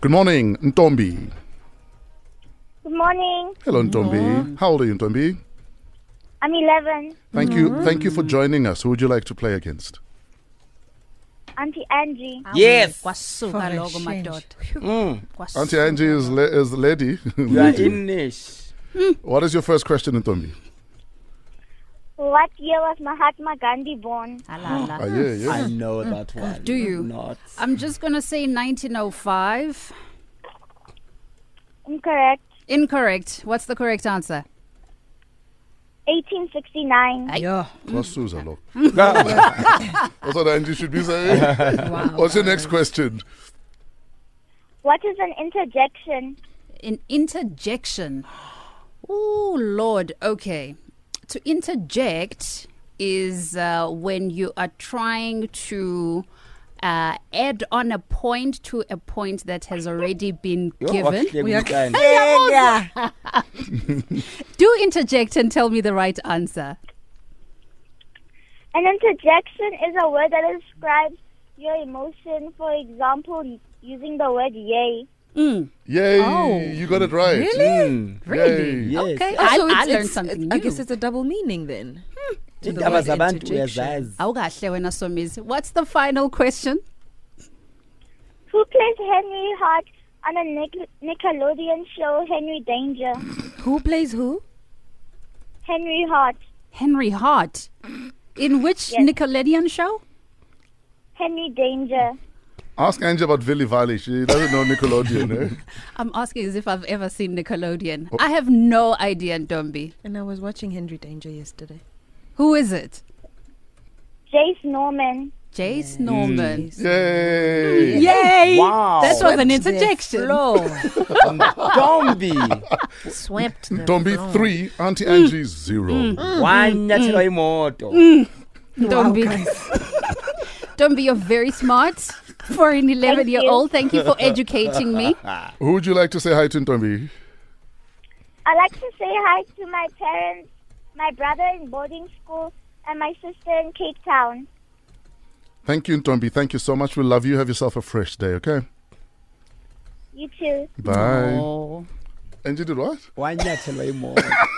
Good morning, Ntombi. Good morning. Hello, Ntombi. How old are you, Ntombi? I'm 11. Thank you. Thank you for joining us. Who would you like to play against? Auntie Angie. Yes. kwasuka For a loko change. madoda Mm. Kwasuka. Auntie Angie is, le- is the lady. You are in niche. What is your first question, Ntombi? What year was Mahatma Gandhi born? Alala. Ah, yeah, yeah. I know that one. Mm. Ah, Do you? Ah, Not. i'm just gonna say 1905 Incorrect. incorrect what's the correct answer 1869. Yeah. Well, Susan, look. That's what Angie should be saying. What's your next question? What is an interjection? an interjection oh lord okay to interject is uh, when you are trying to uh, add on a point to a point that has already been given We are Yeah. do interject and tell me the right answer An interjection is a word that describes your emotion. For example, using the word yay. Yay, Oh. you got it right. Mm. Yay. really Yes. okay I- also I- it's, learned it's- something I new. guess it's a double meaning then. To the Indaba word zabantu interjection. uyazazi. awukahle wena somizi what's the final question Who plays Henry Hart on a Nic- Nickelodeon show, Henry Danger? Who plays who? Henry Hart. henry hart in which Yes. nickelodeon show Henry Danger. Ask Angie about Vili Valley. She doesn't know Nickelodeon. eh? i'm asking as if i've ever seen nickelodeon i have no idea ndombi And I was watching Henry Danger yesterday. who is it Jace Norman. jace Mm. norman Yay. yay Wow. Oh. that was an Their interjection flow. Ntombi. Mm. Swept. the Tombi floor. three, Auntie Angie zero. Mm. Wanyathela imoto. Mm. ndombi ndombi you're very smart for an 11 year you. old thank you for educating me Who would you like to say hi to, Tombi? I'd like to say hi to my parents, my brother in boarding school, and my sister in Cape Town. Thank you, Tombi. Thank you so much. We love you. Have yourself a fresh day, okay? You too. Bye. Oh. Angie did what? Wanyathela imoto.